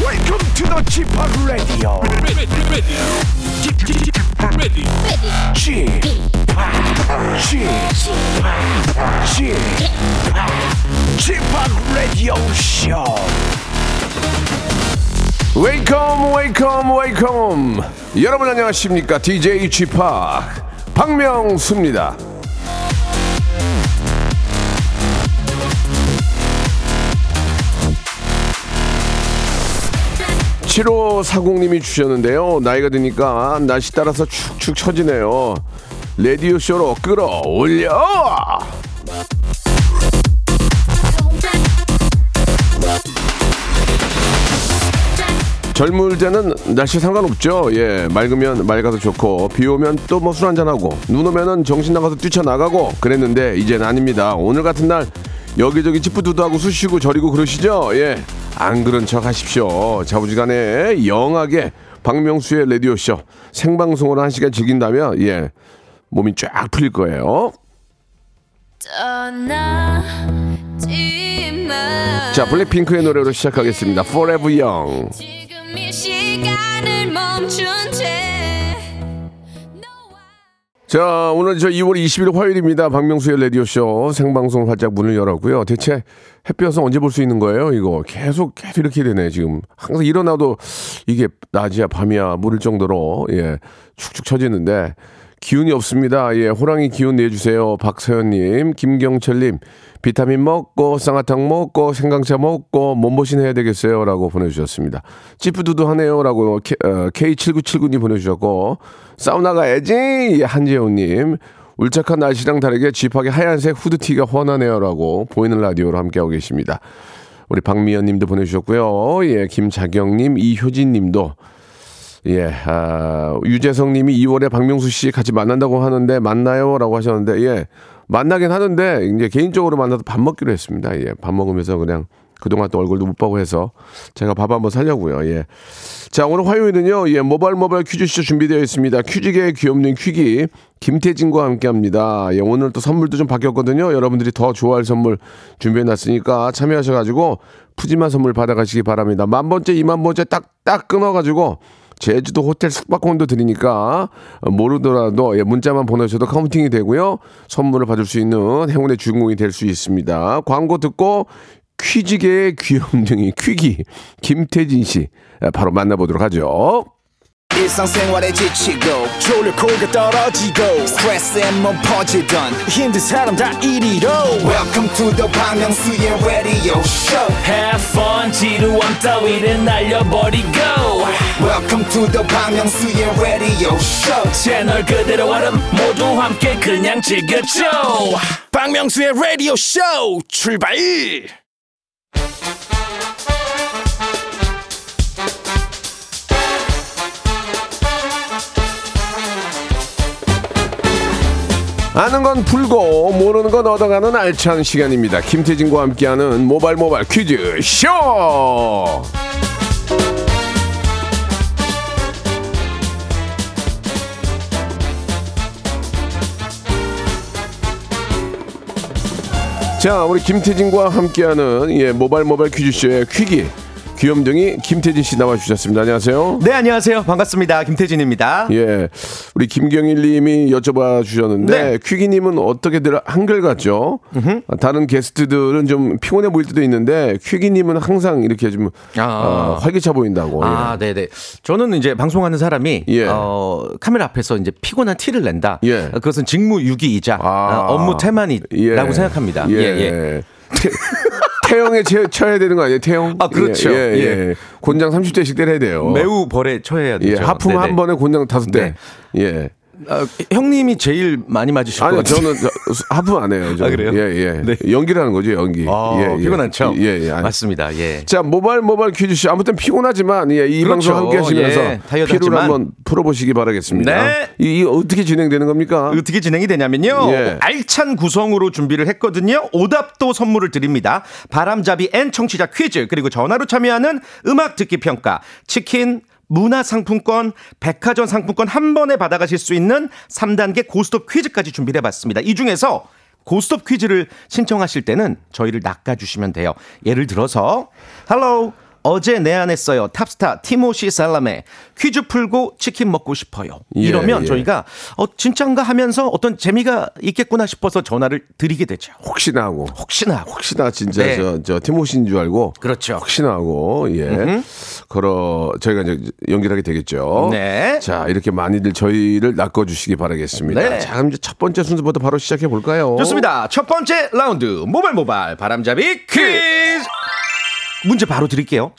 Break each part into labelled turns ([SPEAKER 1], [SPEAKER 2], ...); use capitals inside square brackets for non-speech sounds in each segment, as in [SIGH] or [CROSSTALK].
[SPEAKER 1] Welcome to the g p o p Radio. g p o p g p o p g p o p Radio Show.
[SPEAKER 2] 웨이컴 웨이컴 웨이컴 여러분 안녕하십니까 DJ g p o p 박명수입니다 칠호사공님이 주셨는데요 나이가 드니까 날씨 따라서 축축 처지네요 레디오 쇼로 끌어올려 젊을 때는 날씨 상관없죠. 예, 맑으면 맑아서 좋고 비 오면 또 뭐 술 한잔하고 눈 오면은 정신 나가서 뛰쳐나가고 그랬는데 이젠 아닙니다. 오늘 같은 날 여기저기 찌푸드드하고 쑤시고 저리고 그러시죠. 예, 안 그런 척 하십시오. 자부지간에 영하게 박명수의 라디오쇼 생방송으로 한 시간 즐긴다면 예, 몸이 쫙 풀릴 거예요.
[SPEAKER 3] 떠나지만
[SPEAKER 2] 자, 블랙핑크의 노래로 시작하겠습니다. Forever Young.
[SPEAKER 3] 지금 이 시간을 멈춘 채
[SPEAKER 2] 자, 오늘 저 2월 20일 화요일입니다. 박명수의 라디오쇼 생방송 활짝 문을 열었고요. 대체 햇볕은 언제 볼 수 있는 거예요? 이거 계속 계속 이렇게 되네, 지금. 항상 일어나도 이게 낮이야, 밤이야, 모를 정도로, 예, 축축 처지는데. 기운이 없습니다. 예, 호랑이 기운 내주세요. 박서연님, 김경철님, 비타민 먹고, 쌍화탕 먹고, 생강차 먹고, 몸보신 해야 되겠어요. 라고 보내주셨습니다. 찌푸두두 하네요. 라고 K, 어, K7979님 보내주셨고, 사우나 가야지! 한재호님, 울적한 날씨랑 다르게 집하게 하얀색 후드티가 훤하네요. 라고 보이는 라디오로 함께하고 계십니다. 우리 박미연 님도 보내주셨고요. 예, 김자경 님, 이효진 님도 예, 아, 유재성 님이 2월에 박명수 씨 같이 만난다고 하는데 만나요? 라고 하셨는데, 예, 만나긴 하는데, 이제 개인적으로 만나서 밥 먹기로 했습니다. 예, 밥 먹으면서 그냥 그동안 또 얼굴도 못 보고 해서 제가 밥 한번 살려고요. 예. 자, 오늘 화요일은요, 예, 모발 모발 퀴즈쇼 준비되어 있습니다. 퀴즈계의 귀염둥이 퀴기, 김태진과 함께 합니다. 예, 오늘 또 선물도 좀 바뀌었거든요. 여러분들이 더 좋아할 선물 준비해 놨으니까 참여하셔가지고 푸짐한 선물 받아가시기 바랍니다. 만번째, 이만번째 딱딱 끊어가지고 제주도 호텔 숙박권도 드리니까 모르더라도 예, 문자만 보내셔도 카운팅이 되고요. 선물을 받을 수 있는 행운의 주인공이 될 수 있습니다. 광고 듣고 퀴즈계의 귀염둥이 퀴기 김태진 씨 예, 바로 만나보도록 하죠.
[SPEAKER 4] 일상생활에 지치고, 졸려 코가 떨어지고, 스트레스에 몸 퍼지던, 힘든 사람 다 이리로. welcome to the Bang Myung-soo's radio show
[SPEAKER 5] Have fun 지루함 따위를 날려버리고
[SPEAKER 4] welcome to the Bang Myung-soo's radio show
[SPEAKER 5] 채널 그대로 얼음 모두 함께 그냥 즐겨줘
[SPEAKER 4] 박명수의 radio show 출발
[SPEAKER 2] 아는 건 풀고 모르는 건 얻어가는 알찬 시간입니다. 김태진과 함께하는 모발 모발 퀴즈 쇼. 자, 우리 김태진과 함께하는 예 모발 모발 퀴즈 쇼의 퀴기 귀염둥이 김태진 씨 나와주셨습니다. 안녕하세요.
[SPEAKER 6] 네 안녕하세요 반갑습니다 김태진입니다
[SPEAKER 2] 예, 우리 김경일님이 여쭤봐 주셨는데
[SPEAKER 6] 네.
[SPEAKER 2] 퀴기님은 어떻게들 한결 같죠? 다른 게스트들은 좀 피곤해 보일 때도 있는데 퀴기님은 항상 이렇게 좀
[SPEAKER 6] 아.
[SPEAKER 2] 어, 활기차 보인다고.
[SPEAKER 6] 아
[SPEAKER 2] 예.
[SPEAKER 6] 네네 저는 이제 방송하는 사람이
[SPEAKER 2] 예.
[SPEAKER 6] 어, 카메라 앞에서 이제 피곤한 티를 낸다
[SPEAKER 2] 예.
[SPEAKER 6] 그것은 직무유기이자
[SPEAKER 2] 아.
[SPEAKER 6] 어, 업무 태만이라고
[SPEAKER 2] 예.
[SPEAKER 6] 생각합니다
[SPEAKER 2] 예.
[SPEAKER 6] 예예
[SPEAKER 2] 태- 태형에 채- 쳐야 되는 거 아니에요? 태형?
[SPEAKER 6] 아, 그렇죠.
[SPEAKER 2] 예, 예,
[SPEAKER 6] 예.
[SPEAKER 2] 예. 곤장 30대씩 때려야 돼요.
[SPEAKER 6] 매우 벌에 처해야
[SPEAKER 2] 어. 예,
[SPEAKER 6] 되죠
[SPEAKER 2] 하품
[SPEAKER 6] 네네.
[SPEAKER 2] 한 번에 곤장 다섯 대.
[SPEAKER 6] 네.
[SPEAKER 2] 예.
[SPEAKER 6] 아, 형님이 제일 많이 맞으실 것
[SPEAKER 2] 아니요,
[SPEAKER 6] 같아요
[SPEAKER 2] 저는 저- 하품 안 해요. 저는.
[SPEAKER 6] 아, 그래요?
[SPEAKER 2] 예, 예.
[SPEAKER 6] 네.
[SPEAKER 2] 연기라는 거죠, 연기.
[SPEAKER 6] 아,
[SPEAKER 2] 예, 예.
[SPEAKER 6] 피곤한 척
[SPEAKER 2] 예, 예. 아니,
[SPEAKER 6] 맞습니다 예
[SPEAKER 2] 자 모발 모발 퀴즈쇼 아무튼 피곤하지만 예, 이
[SPEAKER 6] 그렇죠.
[SPEAKER 2] 방송 함께 하시면서
[SPEAKER 6] 예, 다이어트
[SPEAKER 2] 피로를
[SPEAKER 6] 하지만.
[SPEAKER 2] 한번 풀어보시기 바라겠습니다.
[SPEAKER 6] 네.
[SPEAKER 2] 이, 이 어떻게 진행되는 겁니까?
[SPEAKER 6] 어떻게 진행이 되냐면요.
[SPEAKER 2] 예.
[SPEAKER 6] 알찬 구성으로 준비를 했거든요. 오답도 선물을 드립니다. 바람잡이 앤 청취자 퀴즈 그리고 전화로 참여하는 음악 듣기 평가 치킨 문화 상품권, 백화점 상품권 한 번에 받아가실 수 있는 3단계 고스톱 퀴즈까지 준비해 봤습니다. 이 중에서 고스톱 퀴즈를 신청하실 때는 저희를 낚아주시면 돼요. 예를 들어서 Hello, 어제 내안했어요. 탑스타 티모시 살라메 퀴즈 풀고 치킨 먹고 싶어요.
[SPEAKER 7] 예,
[SPEAKER 6] 이러면
[SPEAKER 7] 예.
[SPEAKER 6] 저희가 어 진짠가 하면서 어떤 재미가 있겠구나 싶어서 전화를 드리게 되죠.
[SPEAKER 7] 혹시나 하고.
[SPEAKER 6] 혹시나
[SPEAKER 7] 혹시나 진짜
[SPEAKER 6] 네.
[SPEAKER 7] 저, 저 티모시인 줄 알고
[SPEAKER 6] 그렇죠.
[SPEAKER 7] 혹시나 하고 예 걸어 저희가 이제 연결하게 되겠죠.
[SPEAKER 6] 네.
[SPEAKER 7] 자 이렇게 많이들 저희를 낚아주시기 바라겠습니다.
[SPEAKER 6] 네.
[SPEAKER 7] 자 그럼 이제 첫 번째 순서부터 바로 시작해 볼까요?
[SPEAKER 6] 좋습니다. 첫 번째 라운드 모발 모발 바람잡이 퀴즈 문제 바로 드릴게요.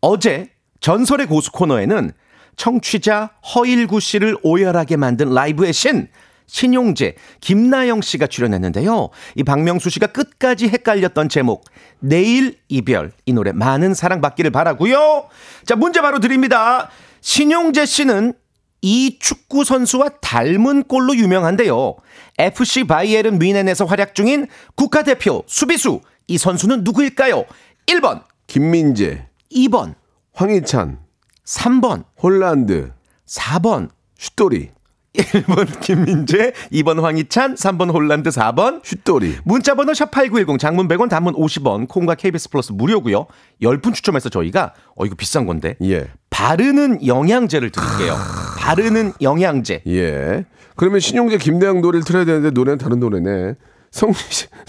[SPEAKER 6] 어제 전설의 고수 코너에는 청취자 허일구 씨를 오열하게 만든 라이브의 신 신용재, 김나영 씨가 출연했는데요. 이 박명수 씨가 끝까지 헷갈렸던 제목 내일 이별 이 노래 많은 사랑받기를 바라고요. 자 문제 바로 드립니다. 신용재 씨는 이 축구 선수와 닮은 꼴로 유명한데요. FC 바이에른 뮌헨에서 활약 중인 국가대표 수비수 이 선수는 누구일까요? 1번,
[SPEAKER 7] 김민재,
[SPEAKER 6] 2번,
[SPEAKER 7] 황희찬,
[SPEAKER 6] 3번,
[SPEAKER 7] 홀란드,
[SPEAKER 6] 4번.
[SPEAKER 7] 슛돌이,
[SPEAKER 6] 1번 김민재, 2번 황희찬, 3번 홀란드, 4번
[SPEAKER 7] 슛돌이.
[SPEAKER 6] 문자 번호 샵8910 장문 100원 단문 50원 콩과 KBS 플러스 무료고요. 10분 추첨해서 저희가 어 이거 비싼 건데.
[SPEAKER 7] 예.
[SPEAKER 6] 바르는 영양제를 드릴게요. 바르는 영양제.
[SPEAKER 7] 예. 그러면 신용재 김대영 노래를 틀어야 되는데 노래는 다른 노래네. 성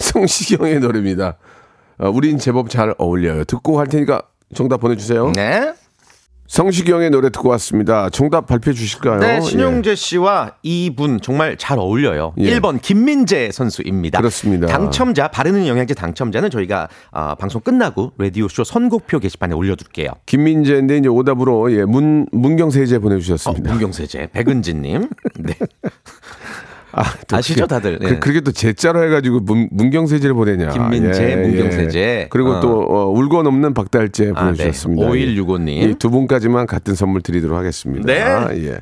[SPEAKER 7] 성시경의 노래입니다. 어, 우린 제법 잘 어울려요. 듣고 할 테니까 정답 보내주세요.
[SPEAKER 6] 네.
[SPEAKER 7] 성시경의 노래 듣고 왔습니다. 정답 발표해 주실까요? 예.
[SPEAKER 6] 네, 신용재 씨와 이분 정말 잘 어울려요.
[SPEAKER 7] 예.
[SPEAKER 6] 1번 김민재 선수입니다.
[SPEAKER 7] 그렇습니다.
[SPEAKER 6] 당첨자 바르는 영양제 당첨자는 저희가 아, 방송 끝나고 라디오 쇼 선곡표 게시판에 올려둘게요.
[SPEAKER 7] 예. 김민재인데 이제 오답으로 예, 문 문경세제
[SPEAKER 6] 어,
[SPEAKER 7] 보내주셨습니다.
[SPEAKER 6] 문경세제 백은진님. 네.
[SPEAKER 7] 또
[SPEAKER 6] 아시죠,
[SPEAKER 7] 그게-
[SPEAKER 6] 다들? 예.
[SPEAKER 7] 그, 그게 또 제자로 해가지고 문, 문경세제를 보내냐? 예,
[SPEAKER 6] 김민재, 문경세제.
[SPEAKER 7] 그리고
[SPEAKER 6] 어.
[SPEAKER 7] 또 어, 울고 넘는 박달재
[SPEAKER 6] 아, 네.
[SPEAKER 7] 보내주셨습니다. 예.
[SPEAKER 6] 5165 님.
[SPEAKER 7] 이두 분까지만 같은 선물 드리도록 하겠습니다.
[SPEAKER 6] 예? 네.
[SPEAKER 7] 아, 예.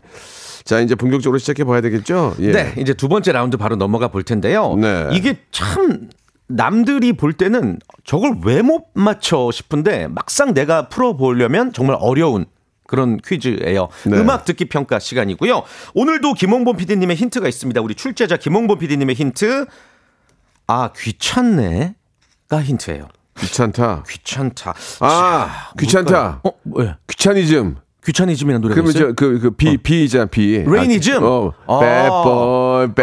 [SPEAKER 7] 자 이제 본격적으로 시작해 봐야 되겠죠? 예.
[SPEAKER 6] 네, 이제 두 번째 라운드 바로 넘어가 볼 텐데요.
[SPEAKER 7] 네.
[SPEAKER 6] 이게 참 남들이 볼 때는 저걸 왜 못 맞춰 싶은데 막상 내가 풀어보려면 정말 어려운 그런 퀴즈예요.
[SPEAKER 7] 네.
[SPEAKER 6] 음악 듣기 평가 시간이고요. 오늘도 김홍범 PD님의 힌트가 있습니다. 우리 출제자 김홍범 PD님의 힌트. 아 귀찮네가 힌트예요.
[SPEAKER 7] 귀찮다.
[SPEAKER 6] 귀찮다.
[SPEAKER 7] 아,
[SPEAKER 6] 자,
[SPEAKER 7] 귀찮다.
[SPEAKER 6] 뭘까요? 어, 왜?
[SPEAKER 7] 귀차니즘.
[SPEAKER 6] 귀차니즘이라는 노래가
[SPEAKER 7] 그러면
[SPEAKER 6] 있어요?
[SPEAKER 7] 저그그비 비잖아 비.
[SPEAKER 6] 레이니즘?
[SPEAKER 7] 아, 어.
[SPEAKER 6] 아.
[SPEAKER 7] 빼뻘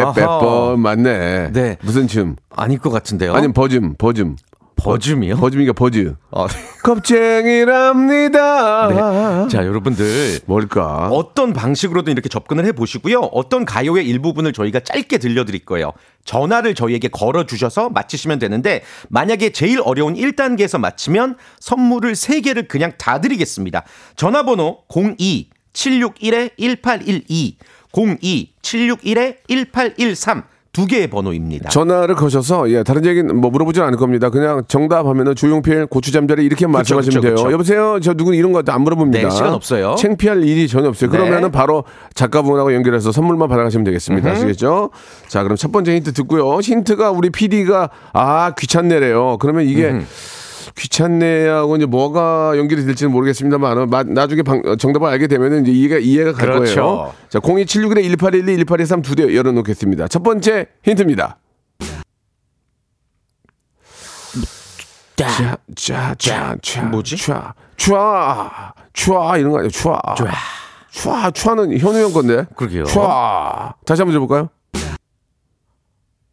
[SPEAKER 6] 아하.
[SPEAKER 7] 빼빼뻘 맞네.
[SPEAKER 6] 네. 어?
[SPEAKER 7] 무슨 춤?
[SPEAKER 6] 아닐 것 같은데요.
[SPEAKER 7] 아니면 버즘 버즘.
[SPEAKER 6] 버즘이요?
[SPEAKER 7] 버즘이니까 버즈.
[SPEAKER 6] 어,
[SPEAKER 7] 아, 겁쟁이랍니다.
[SPEAKER 6] 자 여러분들
[SPEAKER 7] 네. 뭘까?
[SPEAKER 6] 어떤 방식으로든 이렇게 접근을 해 보시고요. 어떤 가요의 일부분을 저희가 짧게 들려드릴 거예요. 전화를 저희에게 걸어 주셔서 맞히시면 되는데 만약에 제일 어려운 1단계에서 맞히면 선물을 3개를 그냥 다 드리겠습니다. 전화번호 02 761의 1812 02 761의 1813 두 개의 번호입니다.
[SPEAKER 7] 전화를 거셔서 예 다른 얘기는 뭐 물어보진 않을 겁니다. 그냥 정답 하면은 조용필 고추잠자리 이렇게 말씀하시면
[SPEAKER 6] 그쵸,
[SPEAKER 7] 돼요.
[SPEAKER 6] 그쵸.
[SPEAKER 7] 여보세요. 저 누군 이런 거 안 물어봅니다.
[SPEAKER 6] 네, 시간 없어요.
[SPEAKER 7] 창피할 일이 전혀 없어요.
[SPEAKER 6] 네.
[SPEAKER 7] 그러면은 바로 작가분하고 연결해서 선물만 받아가시면 되겠습니다. 아시겠죠? 자 그럼 첫 번째 힌트 듣고요. 힌트가 우리 PD가 아 귀찮네래요. 그러면 이게 귀찮네하고 이제 뭐가 연결이 될지는 모르겠습니다만 마- 나중에 방- 정답을 알게 되면은 이제 이해가 이해가 갈
[SPEAKER 6] 그렇죠.
[SPEAKER 7] 거예요. 자 02761의 1812, 1823 두 대 열어놓겠습니다. 첫 번째 힌트입니다. 자, 자, 자, 자,
[SPEAKER 6] 아. 뭐지?
[SPEAKER 7] 자, 자, 자 이런 거 아니에요? 자, 자, 자, 자는 현우 형 건데.
[SPEAKER 6] 그러게요.
[SPEAKER 7] 자, 다시 한번 해볼까요?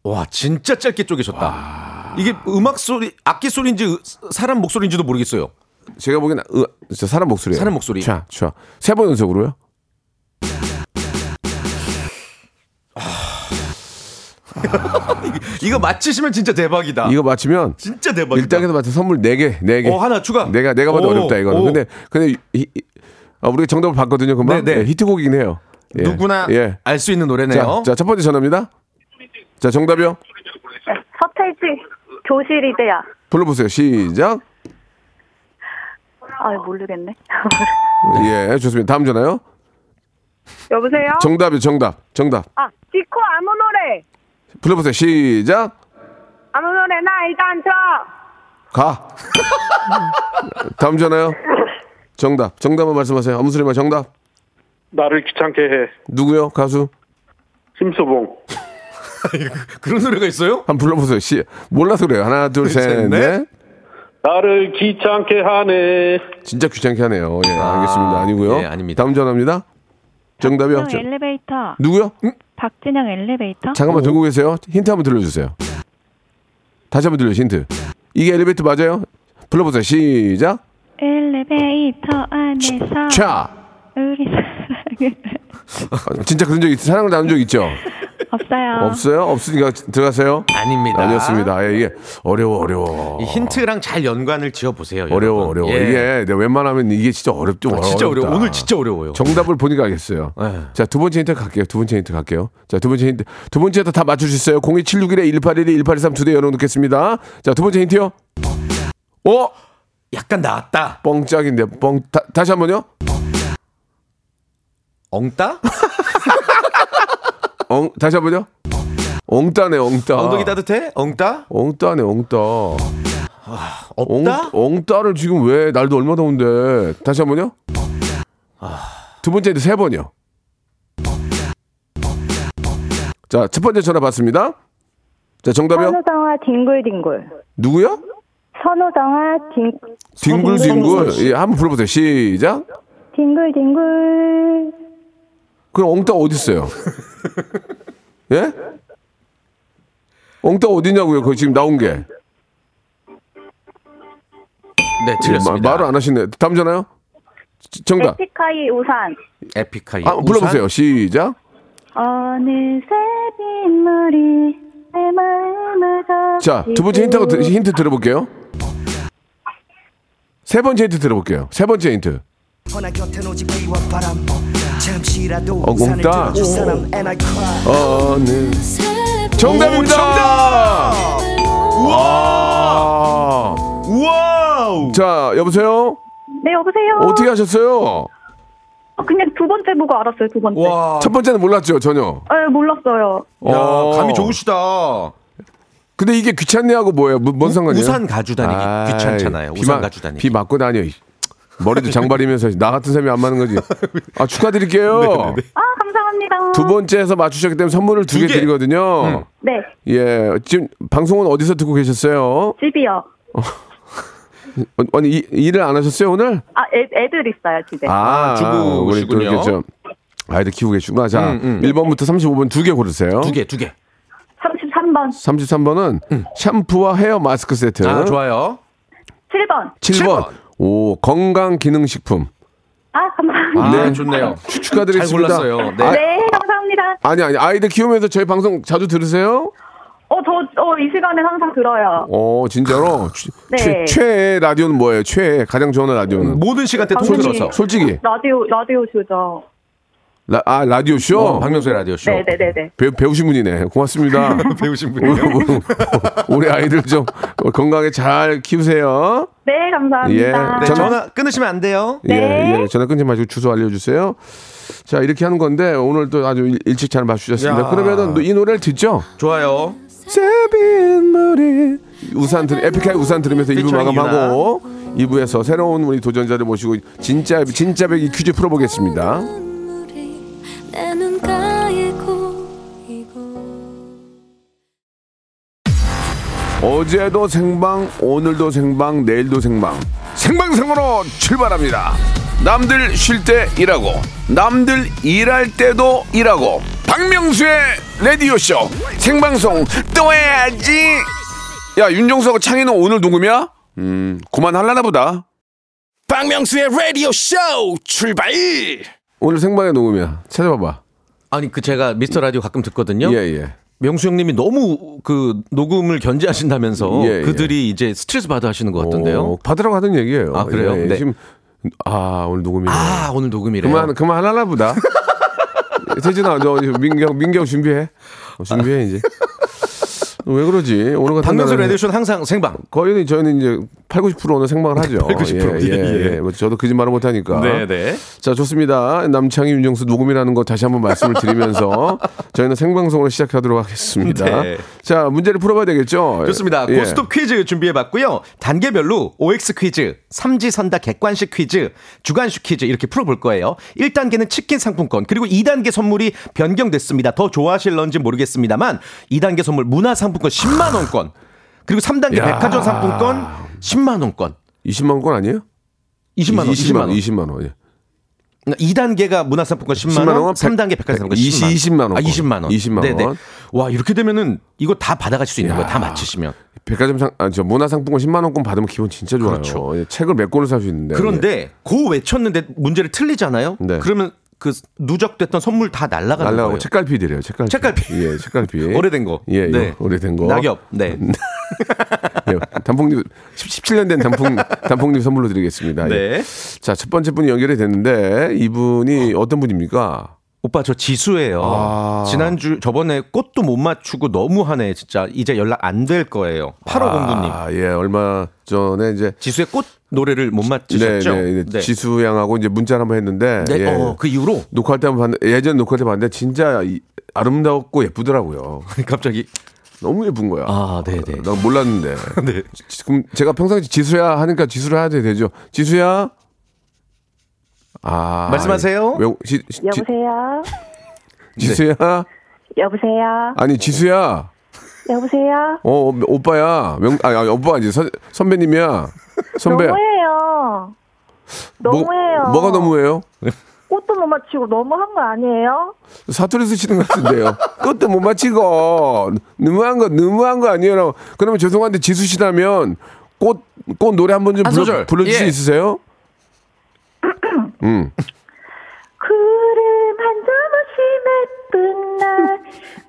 [SPEAKER 6] 와 진짜 짧게 쪼개셨다. 이게 음악 소리, 악기 소리인지 으- 사람 목소리인지도 모르겠어요.
[SPEAKER 7] 제가 보기엔 으, 진짜 사람 목소리예요.
[SPEAKER 6] 사람 목소리.
[SPEAKER 7] 자, 자, 세 번 연속으로요.
[SPEAKER 6] 이거 맞히시면 진짜 대박이다.
[SPEAKER 7] 이거 맞히면
[SPEAKER 6] 진짜 대박이다.
[SPEAKER 7] 일단에서 맞춰 선물 네개네개
[SPEAKER 6] 아. 어, 하나 추가.
[SPEAKER 7] 내가 내가 봐도
[SPEAKER 6] 오,
[SPEAKER 7] 어렵다 이거는.
[SPEAKER 6] 오.
[SPEAKER 7] 근데 근데 이- 이- 아, 우리가 정답을 봤거든요. 금방.
[SPEAKER 6] 네, 네.
[SPEAKER 7] 예, 히트곡이긴 해요. 예.
[SPEAKER 6] 누구나
[SPEAKER 7] 예.
[SPEAKER 6] 알 수 있는
[SPEAKER 7] 자,
[SPEAKER 6] 노래네요.
[SPEAKER 7] 자, 첫 번째 전화입니다. 자, 정답이요.
[SPEAKER 8] 서태지 교실이대야.
[SPEAKER 7] 불러 보세요. 시작.
[SPEAKER 8] 아 모르겠네.
[SPEAKER 7] 예, 좋습니다. 다음 전화요.
[SPEAKER 8] 여보세요.
[SPEAKER 7] 정답이 정답. 정답.
[SPEAKER 8] 아 지코 아무 노래
[SPEAKER 7] 불러 보세요. 시작.
[SPEAKER 8] 아무 노래 나 일단 쳐.
[SPEAKER 7] 가. 다음 전화요. 정답. 정답만 말씀하세요. 아무 소리만 정답.
[SPEAKER 9] 나를 귀찮게 해.
[SPEAKER 7] 누구요? 가수.
[SPEAKER 9] 심수봉.
[SPEAKER 6] 그런 노래가 있어요? [LAUGHS]
[SPEAKER 7] 한번 불러보세요. 시 몰라서 그래요. 하나, 둘,
[SPEAKER 6] 넷.
[SPEAKER 7] 셋, 넷.
[SPEAKER 9] 나를 귀찮게 하네.
[SPEAKER 7] 진짜 귀찮게 하네요. 예, 알겠습니다. 아니고요.
[SPEAKER 6] 예, 아닙니다.
[SPEAKER 7] 다음 전화입니다. 정답이요. 저-
[SPEAKER 10] 엘리베이터.
[SPEAKER 7] 누구요? 응?
[SPEAKER 10] 박진영
[SPEAKER 8] 어?
[SPEAKER 10] 엘리베이터.
[SPEAKER 7] 잠깐만 들고 계세요. 힌트 한번 들려주세요. 다시 한번 들려 주세요 힌트. 이게 엘리베이터 맞아요? 불러보세요. 시작.
[SPEAKER 10] 엘리베이터 안에서
[SPEAKER 7] 차.
[SPEAKER 10] 우리
[SPEAKER 8] [LAUGHS]
[SPEAKER 10] 사랑을
[SPEAKER 7] 아, 진짜 그런 적 있, 사랑을 나눈 적 있죠?
[SPEAKER 10] 없어요.
[SPEAKER 7] 없어요? 없으니까 들어가세요.
[SPEAKER 6] 아. 아닙니다.
[SPEAKER 7] 아니었습니다. 예, 이게 어려워, 어려워.
[SPEAKER 6] 이 힌트랑 잘 연관을 예, 지어 보세요.
[SPEAKER 7] 어려워, 어려워. 이게 내가 웬만하면 이게 진짜 어렵죠.
[SPEAKER 6] 아, 진짜 어려워. 오늘 진짜 어려워요.
[SPEAKER 7] 정답을 보니까 알겠어요.
[SPEAKER 6] 네.
[SPEAKER 7] 자, 두 번째 힌트 갈게요. 두 번째 힌트 갈게요. 자, 두 번째 힌트. 두 번째도 다 맞출 수 있어요. 02761에 1812, 1823 두 대 열어놓겠습니다. 자, 두 번째 힌트요. 어?
[SPEAKER 6] 약간 나왔다.
[SPEAKER 7] 뻥짝인데, 뻥. 다, 다시 한 번요.
[SPEAKER 6] 엉따?
[SPEAKER 7] 엉, 다시 한 번요. 엉따네, 엉따.
[SPEAKER 6] 엉덩이 따뜻해? 엉따?
[SPEAKER 7] 엉따네, 엉따. 엉, 어,
[SPEAKER 6] 없다?
[SPEAKER 7] 엉따를 지금 왜, 날도 얼마 더운데. 다시 한 번요. 아, 두 번째 힌트 세 번요. 자, 첫 번째 전화 받습니다. 자, 정답이요?
[SPEAKER 8] 네.
[SPEAKER 10] 선우정아 뒹굴뒹굴.
[SPEAKER 7] 누구요?
[SPEAKER 10] 선우정아 뒹
[SPEAKER 7] 뒹굴뒹굴. 예, 한번 불러보세요. 시작.
[SPEAKER 10] 뒹굴뒹굴.
[SPEAKER 7] 그럼 엉따 어디 있어요? 예? 엉따 어디냐고요? 그 지금 나온 게.
[SPEAKER 6] 네, 틀렸습니다.
[SPEAKER 7] 마- 말을 안 하시네. 다음 전화요? 지-
[SPEAKER 8] 네,
[SPEAKER 7] 정답.
[SPEAKER 8] 에픽하이 우산.
[SPEAKER 6] 에픽하이.
[SPEAKER 7] 아, 불러보세요. 시작.
[SPEAKER 10] 어느새 빗물이 내 마음을
[SPEAKER 7] 자, 두 번째 힌트,
[SPEAKER 8] 음.
[SPEAKER 10] 덮치고.
[SPEAKER 7] 힌트 들어볼게요. 세 번째 힌트 들어볼게요. 세 번째 힌트. 어, 엉따. 어, 네. 정답입니다. 우와.
[SPEAKER 6] 와우!
[SPEAKER 7] 아. 자, 여보세요?
[SPEAKER 8] 네, 여보세요?
[SPEAKER 7] 어떻게 하셨어요?
[SPEAKER 8] 어, 그냥 두 번째 보고 알았어요, 두 번째.
[SPEAKER 6] 와.
[SPEAKER 7] 첫 번째는 몰랐죠, 전혀.
[SPEAKER 8] 에, 몰랐어요.
[SPEAKER 6] 야,
[SPEAKER 7] 어.
[SPEAKER 6] 감이 좋으시다.
[SPEAKER 7] 근데 이게 귀찮냐고 뭐예요? 뭐- 뭔 상관이에요?
[SPEAKER 6] 우산 가지고 다니기
[SPEAKER 7] 아이,
[SPEAKER 6] 귀찮잖아요.
[SPEAKER 7] 비
[SPEAKER 6] 우산
[SPEAKER 7] 마-
[SPEAKER 6] 가지고 다니기.
[SPEAKER 7] 비 맞고 다녀. 이. 머리도 장발이면서 나 같은 사람이 안 맞는 거지. 아
[SPEAKER 6] [LAUGHS]
[SPEAKER 7] 축하드릴게요.
[SPEAKER 6] 네,
[SPEAKER 8] 아, 감사합니다.
[SPEAKER 7] 두 번째에서 맞추셨기 때문에 선물을 두 개
[SPEAKER 6] 개. 음.
[SPEAKER 7] 드리거든요.
[SPEAKER 8] 네,
[SPEAKER 7] 예, 지금 방송은 어디서 듣고 계셨어요?
[SPEAKER 8] 집이요.
[SPEAKER 7] 어, 아니 이- 일을 안 하셨어요 오늘?
[SPEAKER 8] 아, 애, 애들 있어요, 집에.
[SPEAKER 7] 아,
[SPEAKER 6] 주부시군요.
[SPEAKER 7] 우리 또 이렇게 좀 아이들 키우고 계시구나. 자,
[SPEAKER 6] 음, 음.
[SPEAKER 7] 1번부터 35번 두 개 고르세요.
[SPEAKER 6] 두 개, 두 개.
[SPEAKER 8] 33번,
[SPEAKER 7] 33번은 샴푸와 헤어 마스크 세트.
[SPEAKER 6] 아, 좋아요.
[SPEAKER 8] 7번.
[SPEAKER 7] 7번.
[SPEAKER 6] 칠 번.
[SPEAKER 7] 오, 건강 기능 식품.
[SPEAKER 8] 아, 감사합니다.
[SPEAKER 6] 아, 좋네요.
[SPEAKER 7] 추- 축하드리겠습니다. 아,
[SPEAKER 6] 잘 골랐어요. 네.
[SPEAKER 8] 네, 감사합니다.
[SPEAKER 7] 아니 아니 아이들 키우면서 저희 방송 자주 들으세요?
[SPEAKER 8] 어, 저, 어, 이 시간에 항상 들어요.
[SPEAKER 7] 어
[SPEAKER 6] [LAUGHS]
[SPEAKER 7] 진짜로 최-
[SPEAKER 8] 네.
[SPEAKER 7] 최, 최애 라디오는 뭐예요? 최애 가장 좋아하는 라디오는
[SPEAKER 6] 모든 시간대
[SPEAKER 8] 방송이-
[SPEAKER 6] 통틀어서.
[SPEAKER 7] 솔직히
[SPEAKER 8] 라디오, 라디오 쇼죠.
[SPEAKER 7] 라, 아 라디오 쇼
[SPEAKER 6] 어, 박명수의 라디오쇼.
[SPEAKER 8] 네네네네.
[SPEAKER 7] 배, 배우신 분이네
[SPEAKER 6] [LAUGHS]
[SPEAKER 7] 고맙습니다
[SPEAKER 6] 배우신
[SPEAKER 7] 우리,
[SPEAKER 6] 분이요.
[SPEAKER 7] 우리 아이들 좀 건강하게 잘 키우세요
[SPEAKER 8] 네, 감사합니다.
[SPEAKER 7] 예,
[SPEAKER 6] 네,
[SPEAKER 7] 저는-
[SPEAKER 6] 전화 끊으시면 안 돼요. 네.
[SPEAKER 7] 예, 예. 전화 끊지 마시고 주소 알려주세요 자 이렇게 하는 건데 오늘 또 아주 일- 일찍 잘 봐주셨습니다
[SPEAKER 6] 야.
[SPEAKER 7] 그러면은 이 노래를 듣죠
[SPEAKER 6] 좋아요.
[SPEAKER 7] 세빈머리 우산 들 에픽하이 우산 들으면서 2부
[SPEAKER 6] 피처링
[SPEAKER 7] 마감하고 2부에서 새로운 우리 도전자를 모시고 진짜 진짜 배기 퀴즈 풀어보겠습니다.
[SPEAKER 3] 눈물이 내 눈가에 고이고
[SPEAKER 7] 어제도 생방, 오늘도 생방, 내일도 생방. 생방송으로 출발합니다. 남들 쉴 때 일하고, 남들 일할 때도 일하고. 박명수의 라디오쇼 생방송 또 해야지. 야, 윤종석 창희는 오늘 녹음이야? 음, 그만하려나 보다.
[SPEAKER 5] 박명수의 라디오 쇼 출발
[SPEAKER 7] 오늘 생방에 녹음이야. 찾아봐봐.
[SPEAKER 6] 아니 그 제가 미스터 라디오 가끔 듣거든요.
[SPEAKER 7] 예, 예.
[SPEAKER 6] 명수 형님이 너무 그 녹음을 견제하신다면서
[SPEAKER 7] 예, 예.
[SPEAKER 6] 그들이 이제 스트레스 받아 하시는 것 같던데요.
[SPEAKER 7] 어, 받으라고 하던 얘기예요.
[SPEAKER 6] 아, 그래요?
[SPEAKER 7] 예, 예.
[SPEAKER 6] 네.
[SPEAKER 7] 지금 아 오늘 녹음이네.
[SPEAKER 6] 아 오늘 녹음이래요.
[SPEAKER 7] 그만 그만
[SPEAKER 6] [LAUGHS]
[SPEAKER 7] 하려나 보다. 세진아 너 이제 민경 민경 준비해. 어, 준비해 이제. 너왜 그러지? 오늘 같은
[SPEAKER 6] 박명수
[SPEAKER 7] 날은
[SPEAKER 6] 라디오쇼는 항상 생방.
[SPEAKER 7] 거의 저희는 이제 8, 90% 오늘 생방을 하죠.
[SPEAKER 6] 8, 90%,
[SPEAKER 7] 예, 예,
[SPEAKER 6] 예,
[SPEAKER 7] 예. 뭐 저도 거짓말을 못 하니까.
[SPEAKER 6] 네.
[SPEAKER 7] 자 좋습니다. 남창희 윤정수 녹음이라는 거 다시 한번
[SPEAKER 6] [LAUGHS]
[SPEAKER 7] 말씀을 드리면서 저희는 생방송으로 시작하도록 하겠습니다.
[SPEAKER 6] 네.
[SPEAKER 7] 자 문제를 풀어봐야 되겠죠.
[SPEAKER 6] 좋습니다.
[SPEAKER 7] 예.
[SPEAKER 6] 고스톱 퀴즈 준비해봤고요. 단계별로 OX 퀴즈, 삼지선다 객관식 퀴즈, 주관식 퀴즈 이렇게 풀어볼 거예요. 1단계는 치킨 상품권, 그리고 2단계 선물이 변경됐습니다. 더 좋아하실런지 모르겠습니다만 2단계 선물 문화상품권 10만원권. 그리고 3단계
[SPEAKER 7] 야.
[SPEAKER 6] 백화점 상품권 10만 원권.
[SPEAKER 7] 20만 원권 아니에요?
[SPEAKER 6] 20만 원, 20만 원.
[SPEAKER 7] 20만 원. 예.
[SPEAKER 6] 2단계가 문화상품권 10만,
[SPEAKER 7] 10만
[SPEAKER 6] 원,
[SPEAKER 7] 원,
[SPEAKER 6] 3단계 백화점 상품권
[SPEAKER 7] 20,
[SPEAKER 6] 10만 원.
[SPEAKER 7] 20만 원.
[SPEAKER 6] 아, 20만 원.
[SPEAKER 7] 20만 원.
[SPEAKER 6] 네네. 와, 이렇게 되면은 이거 다 받아가실 수 있는
[SPEAKER 7] 야.
[SPEAKER 6] 거예요. 다 맞히시면.
[SPEAKER 7] 백화점 상, 아, 저 문화상품권 10만 원권 받으면 기분 진짜 좋아요.
[SPEAKER 6] 그렇죠.
[SPEAKER 7] 예, 책을 몇 권을 살 수 있는데.
[SPEAKER 6] 그런데 고 외쳤는데 문제를 틀리잖아요.
[SPEAKER 7] 예. 네.
[SPEAKER 6] 그러면 그 누적됐던 선물 다
[SPEAKER 7] 예.
[SPEAKER 6] 날라가는
[SPEAKER 7] 날라가고
[SPEAKER 6] 거예요.
[SPEAKER 7] 책갈피들이에요. 책갈피.
[SPEAKER 6] 책갈피.
[SPEAKER 7] 예, 책갈피.
[SPEAKER 6] [LAUGHS] 오래된 거.
[SPEAKER 7] 예,
[SPEAKER 6] 네.
[SPEAKER 7] 오래된 거.
[SPEAKER 6] 낙엽. 네.
[SPEAKER 7] [LAUGHS] 음. 예, 단풍잎 17년 된 단풍
[SPEAKER 6] [LAUGHS]
[SPEAKER 7] 단풍잎 선물로 드리겠습니다. 예.
[SPEAKER 6] 네.
[SPEAKER 7] 자, 첫 번째 분이 연결이 됐는데 이분이 어떤 분입니까?
[SPEAKER 6] 오빠 저 지수예요.
[SPEAKER 7] 아.
[SPEAKER 6] 지난주 저번에 꽃도 못 맞추고 너무하네 진짜 이제 연락 안 될 거예요. 8호 공구님
[SPEAKER 7] 아, 예, 얼마 전에 이제
[SPEAKER 6] 지수의 꽃 노래를 못
[SPEAKER 7] 네,
[SPEAKER 6] 맞추셨죠?
[SPEAKER 7] 네, 네. 지수 양하고 이제 문자 를 한번 했는데
[SPEAKER 6] 네,
[SPEAKER 7] 예.
[SPEAKER 6] 어, 그 이후로 [LAUGHS]
[SPEAKER 7] 녹화할 때 한번 봤는데 예전 녹화할 때 봤는데 진짜 이- 아름답고 예쁘더라고요.
[SPEAKER 6] 갑자기
[SPEAKER 7] 너무 예쁜 거야.
[SPEAKER 6] 아, 네, 네.
[SPEAKER 7] 난 몰랐는데.
[SPEAKER 6] [LAUGHS] 네.
[SPEAKER 7] 지- 그럼 제가 평상시 지수야 하니까 지수를 해야 돼- 되죠. 지수야. 아.
[SPEAKER 6] 말씀하세요? 네.
[SPEAKER 7] 왜- 지, 지-
[SPEAKER 10] 여보세요.
[SPEAKER 7] 지, 수야
[SPEAKER 10] 여보세요.
[SPEAKER 7] 아니 지수야.
[SPEAKER 10] 여보세요.
[SPEAKER 7] 어, 어, 오빠야. 명, 아니, 아니 오빠 아니지. 선, 선배님이야. 선배.
[SPEAKER 10] 너무해요. 너무해요.
[SPEAKER 7] 뭐, 뭐가 너무해요?
[SPEAKER 10] 꽃도 못 맞추고 너무한 거 아니에요?
[SPEAKER 7] 사투리 쓰시는 것 같은데요. 그것도 못 맞히고 너무한 거 너무한 거 아니에요. 라고. 그러면 죄송한데 지수 씨라면 꽃, 꽃 노래 한 번 좀
[SPEAKER 6] 한
[SPEAKER 7] 불러,
[SPEAKER 6] 소절.
[SPEAKER 7] 불러주실 수
[SPEAKER 6] 예.
[SPEAKER 7] 있으세요? 음.
[SPEAKER 10] 구름 한 점없이 예쁜 날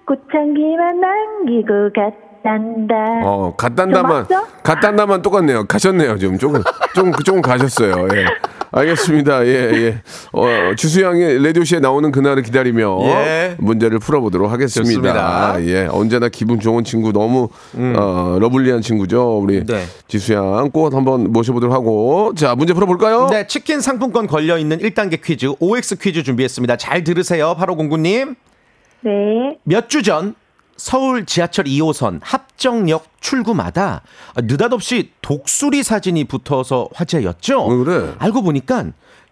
[SPEAKER 10] 꽃향기만 남기고 갔단다.
[SPEAKER 7] 어, 갓단다만
[SPEAKER 10] 저 맞죠?
[SPEAKER 7] 갓단다만 똑같네요. 가셨네요. 지금 조금 조금 조금 가셨어요. 예. 알겠습니다. 예, 예. 어, 주수양의 레디오쇼에 나오는 그날을 기다리며
[SPEAKER 6] 예.
[SPEAKER 7] 문제를 풀어보도록 하겠습니다.
[SPEAKER 6] 좋습니다. 음.
[SPEAKER 7] 예. 언제나 기분 좋은 친구 너무 어, 러블리한 친구죠. 우리
[SPEAKER 6] 네.
[SPEAKER 7] 지수양 꼭 한번 모셔보도록 하고 자, 문제 풀어볼까요?
[SPEAKER 6] 네, 치킨 상품권 걸려 있는 1단계 퀴즈 OX 퀴즈 준비했습니다. 잘 들으세요. 8호 공구님.
[SPEAKER 10] 네.
[SPEAKER 6] 몇 주 전 서울 지하철 2호선 합정역 출구마다 느닷없이 독수리 사진이 붙어서 화제였죠.
[SPEAKER 7] 왜 그래?
[SPEAKER 6] 알고 보니까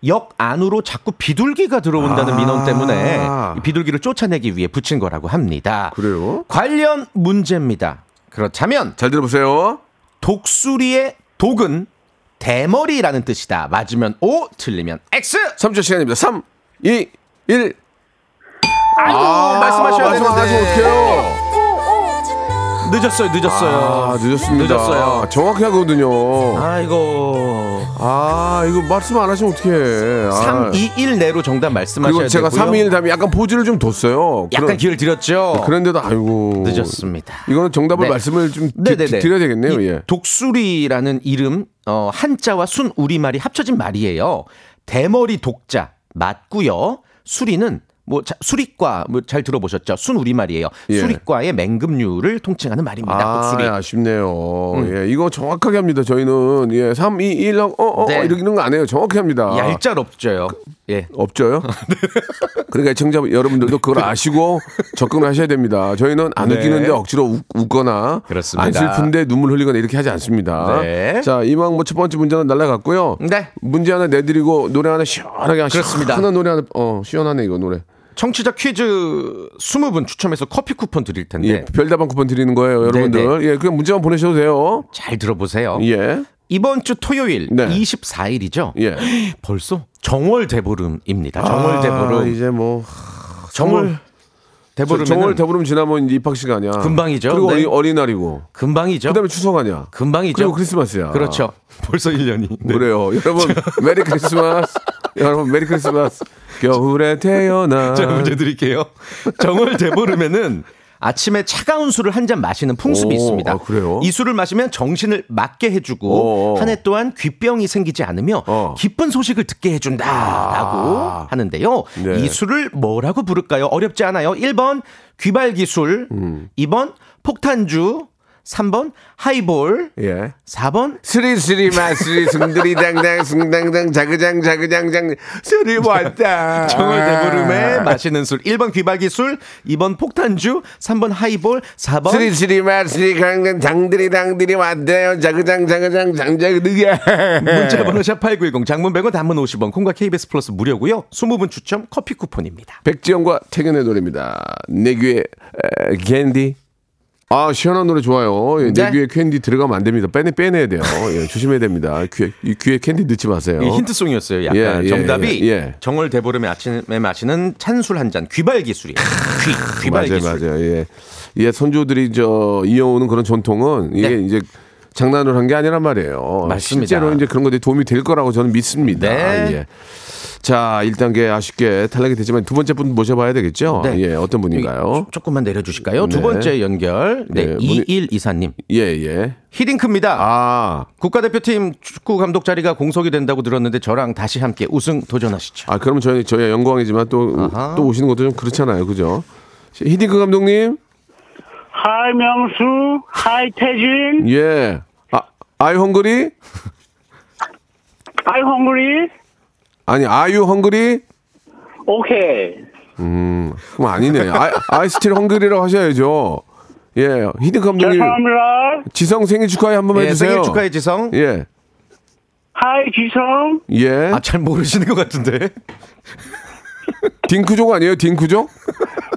[SPEAKER 6] 역 안으로 자꾸 비둘기가 들어온다는
[SPEAKER 7] 아.
[SPEAKER 6] 민원 때문에 이 비둘기를 쫓아내기 위해 붙인 거라고 합니다.
[SPEAKER 7] 그래요?
[SPEAKER 6] 관련 문제입니다. 그렇다면
[SPEAKER 7] 잘 들어보세요.
[SPEAKER 6] 독수리의 독은 대머리라는 뜻이다. 맞으면 O, 틀리면 X.
[SPEAKER 7] 3초 시간입니다. 3, 2, 1.
[SPEAKER 6] 아이고 말씀하셔야
[SPEAKER 7] 말씀하시면
[SPEAKER 6] 되는데.
[SPEAKER 7] 어떡해요?
[SPEAKER 6] 늦었어요, 늦었어요.
[SPEAKER 7] 아, 늦었습니다.
[SPEAKER 6] 늦었어요.
[SPEAKER 7] 정확히 하거든요.
[SPEAKER 6] 아이고.
[SPEAKER 7] 아, 이거 말씀 안 하시면 어떡해. 아.
[SPEAKER 6] 321 내로 정답 말씀하셔야
[SPEAKER 7] 그리고
[SPEAKER 6] 되고요.
[SPEAKER 7] 제가 3일 다음에 약간 포즈를 좀 뒀어요.
[SPEAKER 6] 약간
[SPEAKER 7] 그런- 뭐
[SPEAKER 6] 기회를 드렸죠.
[SPEAKER 7] 그런데도 아이고.
[SPEAKER 6] 늦었습니다.
[SPEAKER 7] 이거는 정답을
[SPEAKER 6] 네.
[SPEAKER 7] 말씀을 좀 드,
[SPEAKER 6] 네네네.
[SPEAKER 7] 려야 되겠네요.
[SPEAKER 6] 이
[SPEAKER 7] 예.
[SPEAKER 6] 독수리라는 이름 어, 한자와 순 우리말이 합쳐진 말이에요. 대머리 독자 맞고요. 수리는 뭐 자, 수리과 뭐 잘 들어보셨죠? 순 우리말이에요.
[SPEAKER 7] 예.
[SPEAKER 6] 수리과의 맹금류를 통칭하는 말입니다.
[SPEAKER 7] 아,
[SPEAKER 6] 독수리.
[SPEAKER 7] 예, 아쉽네요.
[SPEAKER 6] 음.
[SPEAKER 7] 예, 이거 정확하게 합니다. 저희는 예, 3, 2, 1, 어, 어, 어
[SPEAKER 6] 네.
[SPEAKER 7] 이러는 거 안 해요. 정확히 합니다.
[SPEAKER 6] 얄짤없죠요. 예. [LAUGHS]
[SPEAKER 7] 없죠요? 그러니까 청자 여러분들도 그걸 아시고 접근을 하셔야 됩니다. 저희는 안
[SPEAKER 6] 네.
[SPEAKER 7] 웃기는데 억지로 웃, 거나
[SPEAKER 6] 그렇습니다.
[SPEAKER 7] 안 슬픈데 눈물 흘리거나 이렇게 하지 않습니다.
[SPEAKER 6] 네.
[SPEAKER 7] 자, 이왕 뭐 첫 번째 문제는 날라갔고요.
[SPEAKER 6] 네.
[SPEAKER 7] 문제 하나 내드리고 노래 하나 시원하게 하나
[SPEAKER 6] 그렇습니다.
[SPEAKER 7] 시원한 노래 하나 어 시원하네 이거 노래.
[SPEAKER 6] 청취자 퀴즈 20분 추첨해서 커피 쿠폰 드릴 텐데
[SPEAKER 7] 예, 별다방 쿠폰 드리는 거예요,
[SPEAKER 6] 네,
[SPEAKER 7] 여러분들. 예, 그냥 문제만 보내셔도 돼요.
[SPEAKER 6] 잘 들어보세요.
[SPEAKER 7] 예,
[SPEAKER 6] 이번 주 토요일
[SPEAKER 7] 네.
[SPEAKER 6] 24일이죠.
[SPEAKER 7] 예.
[SPEAKER 6] 벌써 정월 대보름입니다. 정월
[SPEAKER 7] 아,
[SPEAKER 6] 대보름.
[SPEAKER 7] 이제 뭐
[SPEAKER 6] 정월
[SPEAKER 7] 저-
[SPEAKER 6] 대보름.
[SPEAKER 7] 정월 대보름 지나면 이제 입학 시간이야.
[SPEAKER 6] 금방이죠.
[SPEAKER 7] 그리고
[SPEAKER 6] 네.
[SPEAKER 7] 어린, 어린날이고.
[SPEAKER 6] 금방이죠.
[SPEAKER 7] 그다음에 아, 추석 아니야.
[SPEAKER 6] 금방이죠.
[SPEAKER 7] 그리고 크리스마스야. 네.
[SPEAKER 6] 그렇죠. 네. 벌써 1년이.
[SPEAKER 7] 그래요. 여러분 [LAUGHS] 메리 크리스마스. 여러분 메리 크리스마스. 겨울에 태어나. [LAUGHS]
[SPEAKER 6] 제가 문제 드릴게요. [LAUGHS] 정월 대보름에는 아침에 차가운 술을 한 잔 마시는 풍습이
[SPEAKER 7] 오,
[SPEAKER 6] 있습니다.
[SPEAKER 7] 아, 그래요?
[SPEAKER 6] 이 술을 마시면 정신을 맑게
[SPEAKER 7] 오, 오.
[SPEAKER 6] 해주고 한 해 또한 귓병이 생기지 않으며
[SPEAKER 7] 어.
[SPEAKER 6] 기쁜 소식을 듣게 해준다라고
[SPEAKER 7] 아.
[SPEAKER 6] 하는데요.
[SPEAKER 7] 네.
[SPEAKER 6] 이 술을 뭐라고 부를까요? 어렵지 않아요. 1번 귀발기술,
[SPEAKER 7] 음.
[SPEAKER 6] 2번 폭탄주, 3번 하이볼,
[SPEAKER 7] 예.
[SPEAKER 6] 4번
[SPEAKER 7] 스리스리 마스리 승들이 당당 승당당 자그장 자그장장 술이 왔다.
[SPEAKER 6] 정월
[SPEAKER 7] 아.
[SPEAKER 6] 대보름에 마시는 술 1번 귀발기술, 2번 폭탄주, 3번 하이볼, 4번
[SPEAKER 7] 스리스리 마스리 강당 장들이 당들이 왔대요. 자그장 자그장 장자그르게.
[SPEAKER 6] 문자 번호 샵8910 장문 100원 단문 50원 콩과 KBS 플러스 무료고요. 20분 추첨 커피 쿠폰입니다.
[SPEAKER 7] 백지영과 태균의 노래입니다. 내 귀에 에, 캔디. 아 시원한 노래 좋아요. 예, 내
[SPEAKER 6] 네.
[SPEAKER 7] 귀에 캔디 들어가면 안 됩니다. 빼내 빼내야 돼요. 예, 조심해야 됩니다. 귀에 이 귀에 캔디 넣지 마세요.
[SPEAKER 6] 이 힌트송이었어요. 약간
[SPEAKER 7] 예, 예,
[SPEAKER 6] 정답이
[SPEAKER 7] 예, 예.
[SPEAKER 6] 정월 대보름에 아침에 마시는 찬술 한 잔 귀발 기술이에요. 귀 귀발
[SPEAKER 7] 맞아요,
[SPEAKER 6] 기술.
[SPEAKER 7] 맞아요. 예, 예 선조들이 저 이어오는 그런 전통은 이게
[SPEAKER 6] 네.
[SPEAKER 7] 이제 장난으로 한 게 아니란 말이에요.
[SPEAKER 6] 맞습니다.
[SPEAKER 7] 실제로 이제 그런 것들이 도움이 될 거라고 저는 믿습니다.
[SPEAKER 6] 네.
[SPEAKER 7] 예. 자, 1단계 아쉽게 탈락이 됐지만 두 번째 분 모셔봐야 되겠죠?
[SPEAKER 6] 네.
[SPEAKER 7] 예, 어떤
[SPEAKER 6] 여기 조-
[SPEAKER 7] 분인가요?
[SPEAKER 6] 조금만 내려주실까요? 두
[SPEAKER 7] 네.
[SPEAKER 6] 번째 연결.
[SPEAKER 7] 예,
[SPEAKER 6] 네,
[SPEAKER 7] 문이-
[SPEAKER 6] 2124님.
[SPEAKER 7] 예, 예.
[SPEAKER 6] 히딩크입니다.
[SPEAKER 7] 아,
[SPEAKER 6] 국가대표팀 축구 감독 자리가 공석이 된다고 들었는데 저랑 다시 함께 우승 도전하시죠. 네,
[SPEAKER 7] 아 그러면 저희 저희 영광이지만 또
[SPEAKER 6] 아하.
[SPEAKER 7] 또 오시는 것도 좀 그렇잖아요, 그죠? 히딩크 감독님,
[SPEAKER 9] 하이 명수, 하이 태진,
[SPEAKER 7] 예. 아, 아유 헝그리?
[SPEAKER 9] 하이 헝그리.
[SPEAKER 7] 아니 아유 헝그리?
[SPEAKER 9] 오케이.
[SPEAKER 7] 그럼 아니네. 아, 아이스틸 헝그리라고 하셔야죠. 예, 히딩크 감독님.
[SPEAKER 9] 죄송합니다.
[SPEAKER 7] 지성 생일 축하해 한 번만
[SPEAKER 6] 예,
[SPEAKER 7] 해주세요.
[SPEAKER 6] 생일 축하해 지성.
[SPEAKER 7] 예,
[SPEAKER 9] 하이 지성.
[SPEAKER 7] 예.
[SPEAKER 6] 아 잘 모르시는 것 같은데.
[SPEAKER 7] 딩크족 아니에요? 딩크족?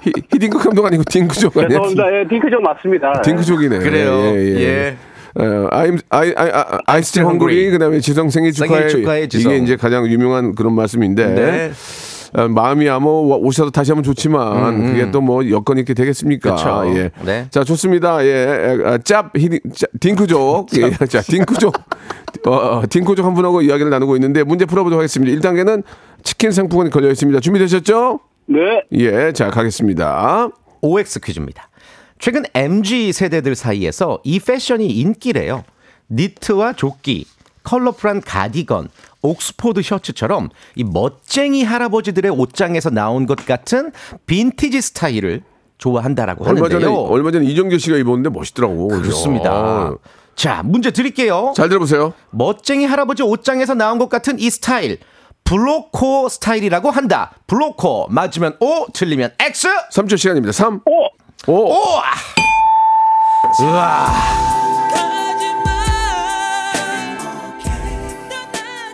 [SPEAKER 7] 히, 히딩크 감독 아니고 딩크족 아니에요?
[SPEAKER 9] 죄송합니다. 예, 딩크 좀 맞습니다.
[SPEAKER 7] 네, 딩크족이네.
[SPEAKER 6] 그래요. 예.
[SPEAKER 7] 어, I'm, I, I, I, I'm still hungry.
[SPEAKER 6] hungry.
[SPEAKER 7] 그다음에 지성 생일
[SPEAKER 6] 생일
[SPEAKER 7] 축하해.
[SPEAKER 6] 축하해, 지성.
[SPEAKER 7] 이게 이제 가장 유명한 그런 말씀인데.
[SPEAKER 6] 네.
[SPEAKER 7] 어, 마음이야 뭐 와- 오셔도 다시 하면 좋지만 그게 또 뭐 여건 있게 되겠습니까?
[SPEAKER 6] 음, 그쵸.
[SPEAKER 7] 예.
[SPEAKER 6] 네.
[SPEAKER 7] 자 좋습니다. 예. 아, 짭 히딩 짭, 딩크족.
[SPEAKER 6] [LAUGHS]
[SPEAKER 7] 예. 자 딩크족. 어, 어, 딩크족 한 분하고 이야기를 나누고 있는데 문제 풀어보도록 하겠습니다. 1단계는 치킨 상품권이 걸려 있습니다. 준비되셨죠?
[SPEAKER 9] 네.
[SPEAKER 7] 예. 자 가겠습니다.
[SPEAKER 6] OX 퀴즈입니다. 최근 MG 세대들 사이에서 이 패션이 인기래요. 니트와 조끼, 컬러풀한 가디건, 옥스포드 셔츠처럼 이 멋쟁이 할아버지들의 옷장에서 나온 것 같은 빈티지 스타일을 좋아한다라고
[SPEAKER 7] 얼마 전에
[SPEAKER 6] 하는데요.
[SPEAKER 7] 얼마 전에 이정재 씨가 입었는데 멋있더라고. 그죠?
[SPEAKER 6] 그렇습니다.
[SPEAKER 7] 아.
[SPEAKER 6] 자, 문제 드릴게요.
[SPEAKER 7] 잘 들어보세요.
[SPEAKER 6] 멋쟁이 할아버지 옷장에서 나온 것 같은 이 스타일. 블로코 스타일이라고 한다. 블로코 맞으면 O, 틀리면 X.
[SPEAKER 7] 3초 시간입니다. 3. 5.
[SPEAKER 6] 오! 우와.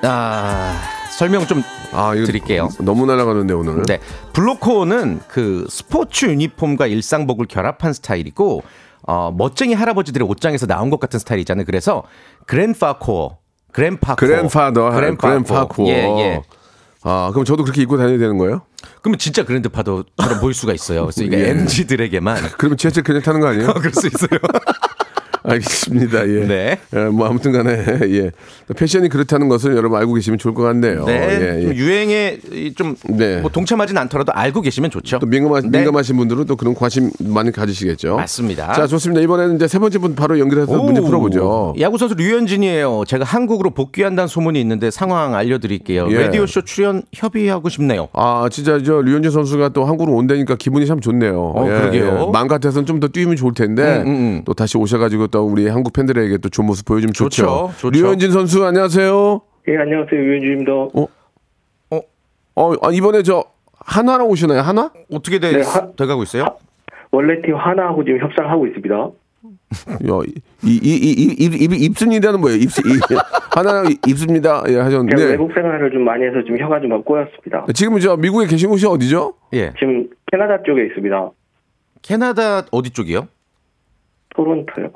[SPEAKER 6] 아, 설명 좀
[SPEAKER 7] 아, 이거
[SPEAKER 6] 드릴게요.
[SPEAKER 7] 너무 날아가는데 오늘.
[SPEAKER 6] 네. 블로코는 그 스포츠 유니폼과 일상복을 결합한 스타일이고 어, 멋쟁이 할아버지들의 옷장에서 나온 것 같은 스타일이잖아요. 그래서 그랜파 코어, 그랜파 코어,
[SPEAKER 7] 그랜파더,
[SPEAKER 6] 그랜파
[SPEAKER 7] 그랜파코.
[SPEAKER 6] 코어. 예, 예.
[SPEAKER 7] 아, 그럼 저도 그렇게 입고 다녀야 되는 거예요?
[SPEAKER 6] 그러면 진짜 그랜드파더처럼 보일 수가 있어요. 그래서 이게
[SPEAKER 7] 예.
[SPEAKER 6] MG들에게만 [LAUGHS]
[SPEAKER 7] 그러면 지하철 그냥 타는 거 아니에요? [LAUGHS]
[SPEAKER 6] 그럴 수 있어요.
[SPEAKER 7] 알겠습니다. 예.
[SPEAKER 6] 네.
[SPEAKER 7] 예, 뭐 아무튼 간에 [LAUGHS] 예. 패션이 그렇다는 것을 여러분 알고 계시면 좋을 것 같네요.
[SPEAKER 6] 네,
[SPEAKER 7] 예,
[SPEAKER 6] 좀
[SPEAKER 7] 예.
[SPEAKER 6] 유행에 이 좀
[SPEAKER 7] 네.
[SPEAKER 6] 뭐 동참하진 않더라도 알고 계시면 좋죠.
[SPEAKER 7] 또 민감하,
[SPEAKER 6] 네.
[SPEAKER 7] 민감하신 분들은 또 그런 관심 많이 가지시겠죠.
[SPEAKER 6] 맞습니다.
[SPEAKER 7] 자, 좋습니다. 이번에는 이제 세 번째 분 바로 연결해서 문제
[SPEAKER 6] 오,
[SPEAKER 7] 풀어보죠.
[SPEAKER 6] 야구 선수 류현진이에요. 제가 한국으로 복귀한다는 소문이 있는데 상황 알려드릴게요.
[SPEAKER 7] 예.
[SPEAKER 6] 라디오 쇼 출연 협의하고 싶네요.
[SPEAKER 7] 아, 진짜 저 류현진 선수가 또 한국으로 온다니까 기분이 참 좋네요. 예,
[SPEAKER 6] 어, 그러게요.
[SPEAKER 7] 마음 같아서는 좀 더 뛰면 좋을 텐데
[SPEAKER 6] 음, 음.
[SPEAKER 7] 또 다시 오셔가지고 또 우리 한국 팬들에게 또 좋은 모습 보여주면 좋죠.
[SPEAKER 6] 좋죠, 좋죠.
[SPEAKER 7] 류현진 선수 안녕하세요.
[SPEAKER 9] 예, 안녕하세요. 유현주입니다.
[SPEAKER 7] 어, 아, 이번에 저 한화랑 오시나요? 한화?
[SPEAKER 6] 어떻게 돼,
[SPEAKER 9] 네, 하-
[SPEAKER 6] 돼가고 있어요?
[SPEAKER 9] 원래 팀 하나하고 지금 협상을 하고 있습니다.
[SPEAKER 7] 야, 이, 이, 이, 이, 입, 입, 입습니다는 뭐예요? 입, 이, [LAUGHS] 하나랑 입- 입습니다. 예,
[SPEAKER 9] 제가
[SPEAKER 7] 하셨는데.
[SPEAKER 9] 외국 생활을 좀 많이 해서 좀 혀가 좀 막 꼬였습니다.
[SPEAKER 7] 지금 저 미국에 계신 곳이 어디죠?
[SPEAKER 6] 예.
[SPEAKER 9] 지금 캐나다 쪽에 있습니다.
[SPEAKER 6] 캐나다 어디 쪽이요?
[SPEAKER 9] 토론토요.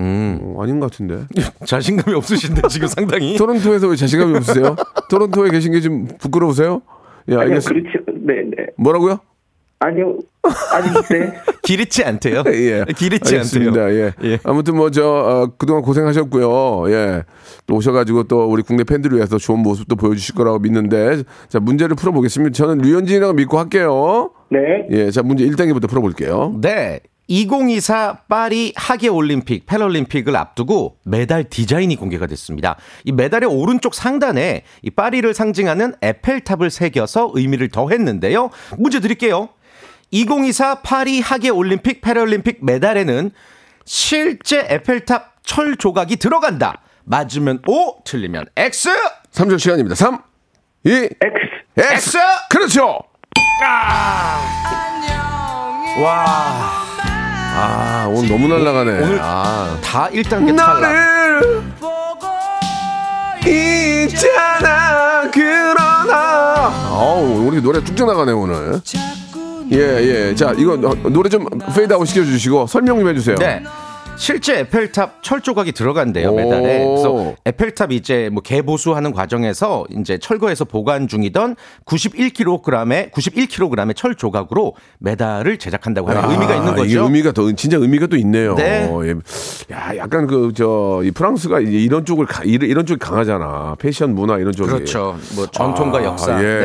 [SPEAKER 9] 네,
[SPEAKER 7] 어, 아닌 것 같은데.
[SPEAKER 6] 자신감이 없으신데 지금 상당히.
[SPEAKER 7] 토론토에서 왜 자신감이
[SPEAKER 9] [LAUGHS]
[SPEAKER 7] 없으세요? 토론토에 계신 게 좀 부끄러우세요? 예,
[SPEAKER 9] 아니요,
[SPEAKER 7] 알겠습니다.
[SPEAKER 9] 그렇지. 네, 네.
[SPEAKER 7] 뭐라고요?
[SPEAKER 9] 아니요. 아니, 네.
[SPEAKER 6] 기르지 않대요.
[SPEAKER 7] [LAUGHS] 예.
[SPEAKER 6] 기르지
[SPEAKER 7] 알겠습니다.
[SPEAKER 6] 않대요.
[SPEAKER 7] 예. 아무튼 뭐 저 그동안 고생하셨고요. 예. 또 오셔가지고 또 우리 국내 팬들을 위해서 좋은 모습도 보여주실 거라고 믿는데 자 문제를 풀어보겠습니다. 저는 류현진이라고 믿고 할게요.
[SPEAKER 9] 네.
[SPEAKER 7] 예. 자 문제 1단계부터 풀어볼게요.
[SPEAKER 6] 네. 2024 파리 하계 올림픽, 패럴림픽을 앞두고 메달 디자인이 공개가 됐습니다. 이 메달의 오른쪽 상단에 이 파리를 상징하는 에펠탑을 새겨서 의미를 더했는데요. 문제 드릴게요. 2024 파리 하계 올림픽, 패럴림픽 메달에는 실제 에펠탑 철 조각이 들어간다. 맞으면 O, 틀리면 X.
[SPEAKER 7] 3초 시간입니다. 3, 2,
[SPEAKER 9] X.
[SPEAKER 7] X.
[SPEAKER 6] X!
[SPEAKER 7] 그렇죠.
[SPEAKER 6] 와,
[SPEAKER 7] 아 오늘 너무 날라가네.
[SPEAKER 6] 오늘
[SPEAKER 7] 아.
[SPEAKER 6] 다 1단계 탈락.
[SPEAKER 7] 있잖아 그러나. 아우 우리 노래 쭉쭉 나가네 오늘. 예, 예. 자, 이거 어, 노래 좀 페이드 아웃 시켜주시고 설명 좀 해주세요.
[SPEAKER 6] 네. 실제 에펠탑 철 조각이 들어간대요 메달에.
[SPEAKER 7] 오.
[SPEAKER 6] 그래서 에펠탑 이제 뭐 개보수하는 과정에서 이제 철거해서 보관 중이던 91kg의 91kg의 철 조각으로 메달을 제작한다고 하는
[SPEAKER 7] 아,
[SPEAKER 6] 의미가 있는
[SPEAKER 7] 이게
[SPEAKER 6] 거죠.
[SPEAKER 7] 의미가 더 진짜 의미가 또 있네요.
[SPEAKER 6] 네.
[SPEAKER 7] 예. 야, 약간 그 저 이 프랑스가 이제 이런 쪽을 가, 이런, 이런 쪽이 강하잖아. 패션 문화 이런 쪽이.
[SPEAKER 6] 그렇죠. 뭐 전통과
[SPEAKER 7] 아,
[SPEAKER 6] 역사.
[SPEAKER 7] 예,
[SPEAKER 6] 네,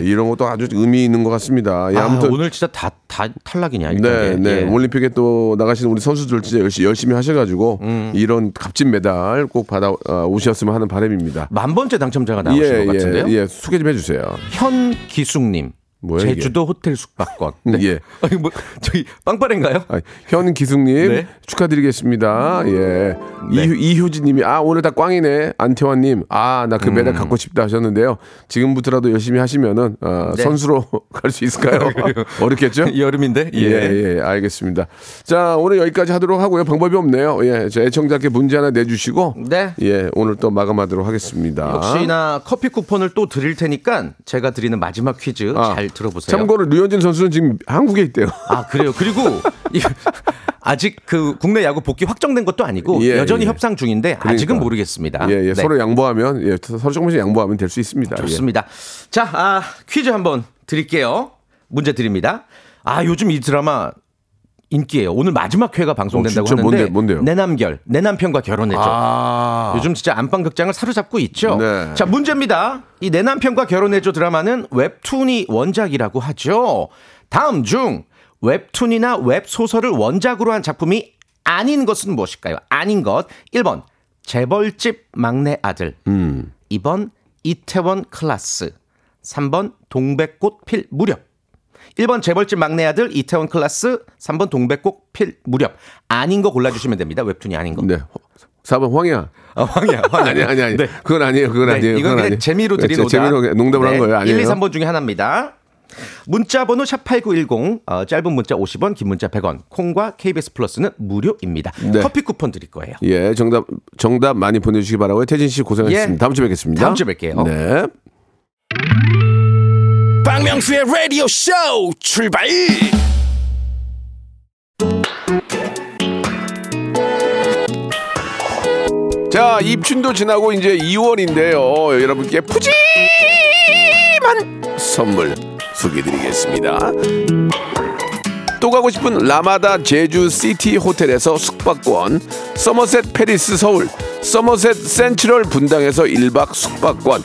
[SPEAKER 6] 네.
[SPEAKER 7] 이런 것도 아주 일미 있는 것 같습니다. 예,
[SPEAKER 6] 아,
[SPEAKER 7] 아무튼
[SPEAKER 6] 오늘 진짜 다, 다 탈락이냐 일단.
[SPEAKER 7] 네,
[SPEAKER 6] 예,
[SPEAKER 7] 네.
[SPEAKER 6] 예.
[SPEAKER 7] 올림픽에 또 나가시는 우리 선수들 진짜 열심히, 열심히 하셔가지고
[SPEAKER 6] 음.
[SPEAKER 7] 이런 값진 메달 꼭 받아 어, 오셨으면 하는 바람입니다.
[SPEAKER 6] 만 번째 당첨자가 네, 나오신 것 같은데요.
[SPEAKER 7] 예, 예, 소개 좀 해주세요.
[SPEAKER 6] 현기숙님.
[SPEAKER 7] 뭐야, 이게?
[SPEAKER 6] 제주도 호텔 숙박권. [LAUGHS]
[SPEAKER 7] 예.
[SPEAKER 6] 아니 뭐 저기 빵빠레인가요?
[SPEAKER 7] 아, 현기숙님
[SPEAKER 6] 네. 음.
[SPEAKER 7] 축하드리겠습니다. 예.
[SPEAKER 6] 네.
[SPEAKER 7] 이휴, 이효진님이 아 오늘 다 꽝이네. 안태환님 아 나 그
[SPEAKER 6] 음.
[SPEAKER 7] 메달 갖고 싶다 하셨는데요. 지금부터라도 열심히 하시면은 어,
[SPEAKER 6] 네.
[SPEAKER 7] 선수로 [LAUGHS] 갈 수
[SPEAKER 6] [LAUGHS]
[SPEAKER 7] 있을까요? 어렵겠죠?
[SPEAKER 6] 여름인데.
[SPEAKER 7] 예, 예, 알겠습니다. 자, 오늘 여기까지 하도록 하고요. 방법이 없네요. 예, 저 애청자께 문제 하나 내주시고,
[SPEAKER 6] 네.
[SPEAKER 7] 예, 오늘 또 마감하도록 하겠습니다.
[SPEAKER 6] 역시나 커피 쿠폰을 또 드릴 테니까 제가 드리는 마지막 퀴즈
[SPEAKER 7] 아,
[SPEAKER 6] 잘 들어보세요.
[SPEAKER 7] 참고로 류현진 선수는 지금 한국에 있대요.
[SPEAKER 6] 아 그래요. 그리고 이- [LAUGHS] 아직 그 국내 야구 복귀 확정된 것도 아니고
[SPEAKER 7] 예,
[SPEAKER 6] 여전히
[SPEAKER 7] 예.
[SPEAKER 6] 협상 중인데 아직은
[SPEAKER 7] 그러니까.
[SPEAKER 6] 모르겠습니다.
[SPEAKER 7] [LAUGHS] 예, 예,
[SPEAKER 6] 네, 아,
[SPEAKER 7] 서로 양보하면, 예, 서로 조금씩 양보하면 될 수 있습니다. 예.
[SPEAKER 6] 좋습니다. 자, 아, 퀴즈 한번 드릴게요. 문제 드립니다. 아 요즘 이 드라마 인기예요. 오늘 마지막 회가 방송된다고
[SPEAKER 7] 어, 진짜
[SPEAKER 6] 하는데
[SPEAKER 7] 뭔데, 뭔데요?
[SPEAKER 6] 내 남결, 내 남편과 결혼했죠.
[SPEAKER 7] 아,
[SPEAKER 6] 요즘 진짜 안방 극장을 사로잡고 있죠.
[SPEAKER 7] 네.
[SPEAKER 6] 자, 문제입니다. 이 내 남편과 결혼해줘 드라마는 웹툰이 원작이라고 하죠. 다음 중 웹툰이나 웹소설을 원작으로 한 작품이 아닌 것은 무엇일까요? 아닌 것. 1번 재벌집 막내 아들.
[SPEAKER 7] 음.
[SPEAKER 6] 2번 이태원 클라스. 3번 동백꽃 필 무렵. 1번 재벌집 막내 아들 이태원 클라스 3번 동백꽃 필 무렵 아닌 거 골라주시면 됩니다 웹툰이 아닌 거
[SPEAKER 7] 네. 4번 황야.
[SPEAKER 6] 아, 황이야, 황이야.
[SPEAKER 7] 아니, 아니, 아니.
[SPEAKER 6] 네.
[SPEAKER 7] 그건 아니에요. 그건
[SPEAKER 6] 네,
[SPEAKER 7] 아니에요.
[SPEAKER 6] 이건
[SPEAKER 7] 그건
[SPEAKER 6] 그냥
[SPEAKER 7] 아니에요. 그렇죠.
[SPEAKER 6] 재미로 네, 드린
[SPEAKER 7] 재-
[SPEAKER 6] 오다.
[SPEAKER 7] 재미로 농담을 한 거예요. 아니에요.
[SPEAKER 6] 1, 2, 3번 중에 하나입니다. 문자 번호 샵8910 어, 짧은 문자 50원 긴 문자 100원 콩과 KBS 플러스는 무료입니다.
[SPEAKER 7] 네.
[SPEAKER 6] 커피 쿠폰 드릴 거예요.
[SPEAKER 7] 예, 정답 정답 많이 보내주시기 바라고요. 태진 씨 고생하셨습니다.
[SPEAKER 6] 예.
[SPEAKER 7] 다음 주에 뵙겠습니다.
[SPEAKER 6] 다음 주에 뵐게요.
[SPEAKER 7] 네.
[SPEAKER 5] 박명수의 라디오 쇼 출발
[SPEAKER 7] 자, 입춘도 지나고 이제 2월인데요. 여러분께 푸짐한 선물 소개드리겠습니다. 또 가고 싶은 라마다 제주 시티 호텔에서 숙박권, 서머셋 페리스 서울, 서머셋 센트럴 분당에서 1박 숙박권,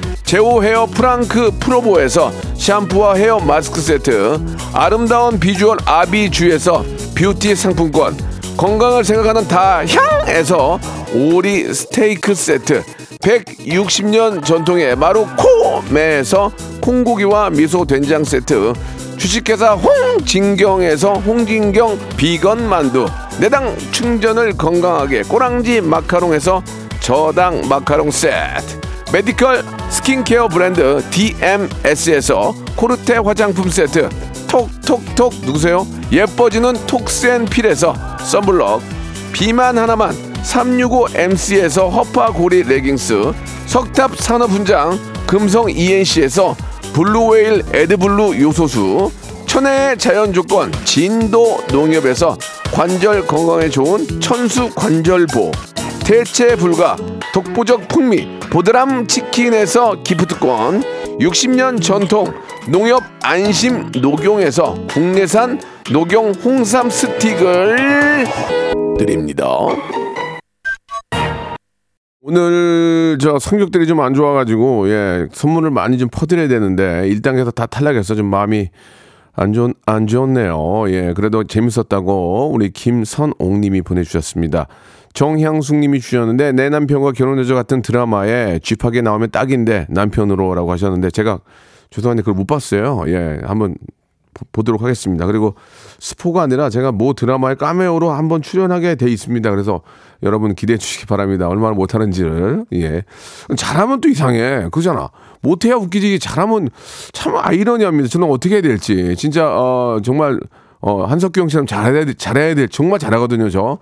[SPEAKER 7] 제오 헤어 프랑크 프로보에서 샴푸와 헤어 마스크 세트, 아름다운 비주얼 아비주에서 뷰티 상품권, 건강을 생각하는 다향에서 오리 스테이크 세트, 160년 전통의 마루코메에서 콩고기와 미소 된장 세트, 주식회사 홍진경에서 홍진경 비건 만두, 내당 충전을 건강하게 꼬랑지 마카롱에서 저당 마카롱 세트. 메디컬 스킨케어 브랜드 DMS에서 코르테 화장품 세트 톡톡톡 누구세요? 예뻐지는 톡센필에서 썬블럭 비만 하나만 365MC에서 허파고리 레깅스 석탑 산업훈장 금성 ENC에서 블루웨일 에드블루 요소수 천혜의 자연조건 진도 농협에서 관절 건강에 좋은 천수 관절보 대체 불가 독보적 풍미 보드람 치킨에서 기프트권 60년 전통 농협 안심 녹용에서 국내산 녹용 홍삼 스틱을 드립니다. 오늘 저 성적들이 좀 안 좋아가지고 예 선물을 많이 좀 퍼드려야 되는데 1단계에서 다 탈락해서 좀 마음이 안, 좋, 안 좋네요. 예, 그래도 재밌었다고 우리 김선옥님이 보내주셨습니다. 정향숙님이 주셨는데 내 남편과 결혼해줘 같은 드라마에 쥐팍에 나오면 딱인데 남편으로라고 하셨는데 제가 죄송한데 그걸 못 봤어요. 예, 한번 보- 보도록 하겠습니다. 그리고 스포가 아니라 제가 모 드라마에 까메오로 한번 출연하게 돼 있습니다. 그래서 여러분 기대해 주시기 바랍니다. 얼마나 못하는지를. 예. 잘하면 또 이상해. 그잖아. 못해야 웃기지. 잘하면 참 아이러니합니다. 저는 어떻게 해야 될지. 진짜, 어, 정말, 어, 한석규 형처럼 잘해야, 돼- 잘해야 될, 정말 잘하거든요, 저.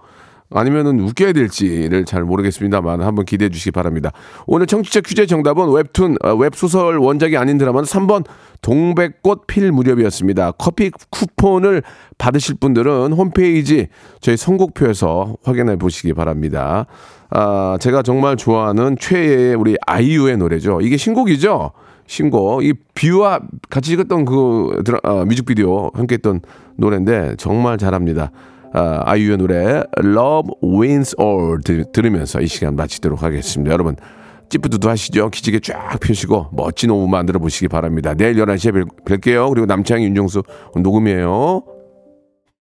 [SPEAKER 7] 아니면은 웃겨야 될지를 잘 모르겠습니다만 한번 기대해 주시기 바랍니다. 오늘 청취자 퀴즈의 정답은 웹툰 어, 웹소설 원작이 아닌 드라마는 3번 동백꽃 필 무렵이었습니다. 커피 쿠폰을 받으실 분들은 홈페이지 저희 선곡표에서 확인해 보시기 바랍니다. 아, 제가 정말 좋아하는 최애의 우리 아이유의 노래죠. 이게 신곡이죠. 신곡 이 뷰와 같이 찍었던 그 드라, 아, 뮤직비디오 함께 했던 노래인데 정말 잘합니다. 아, 아이유의 노래 Love Wins All 들, 들으면서 이 시간 마치도록 하겠습니다. 여러분 찌뿌두두 하시죠. 기지개 쫙 펴시고 멋진 오후 만들어 보시기 바랍니다. 내일 11시에 뵐, 뵐게요. 그리고 남창희 윤정수 오늘 녹음이에요.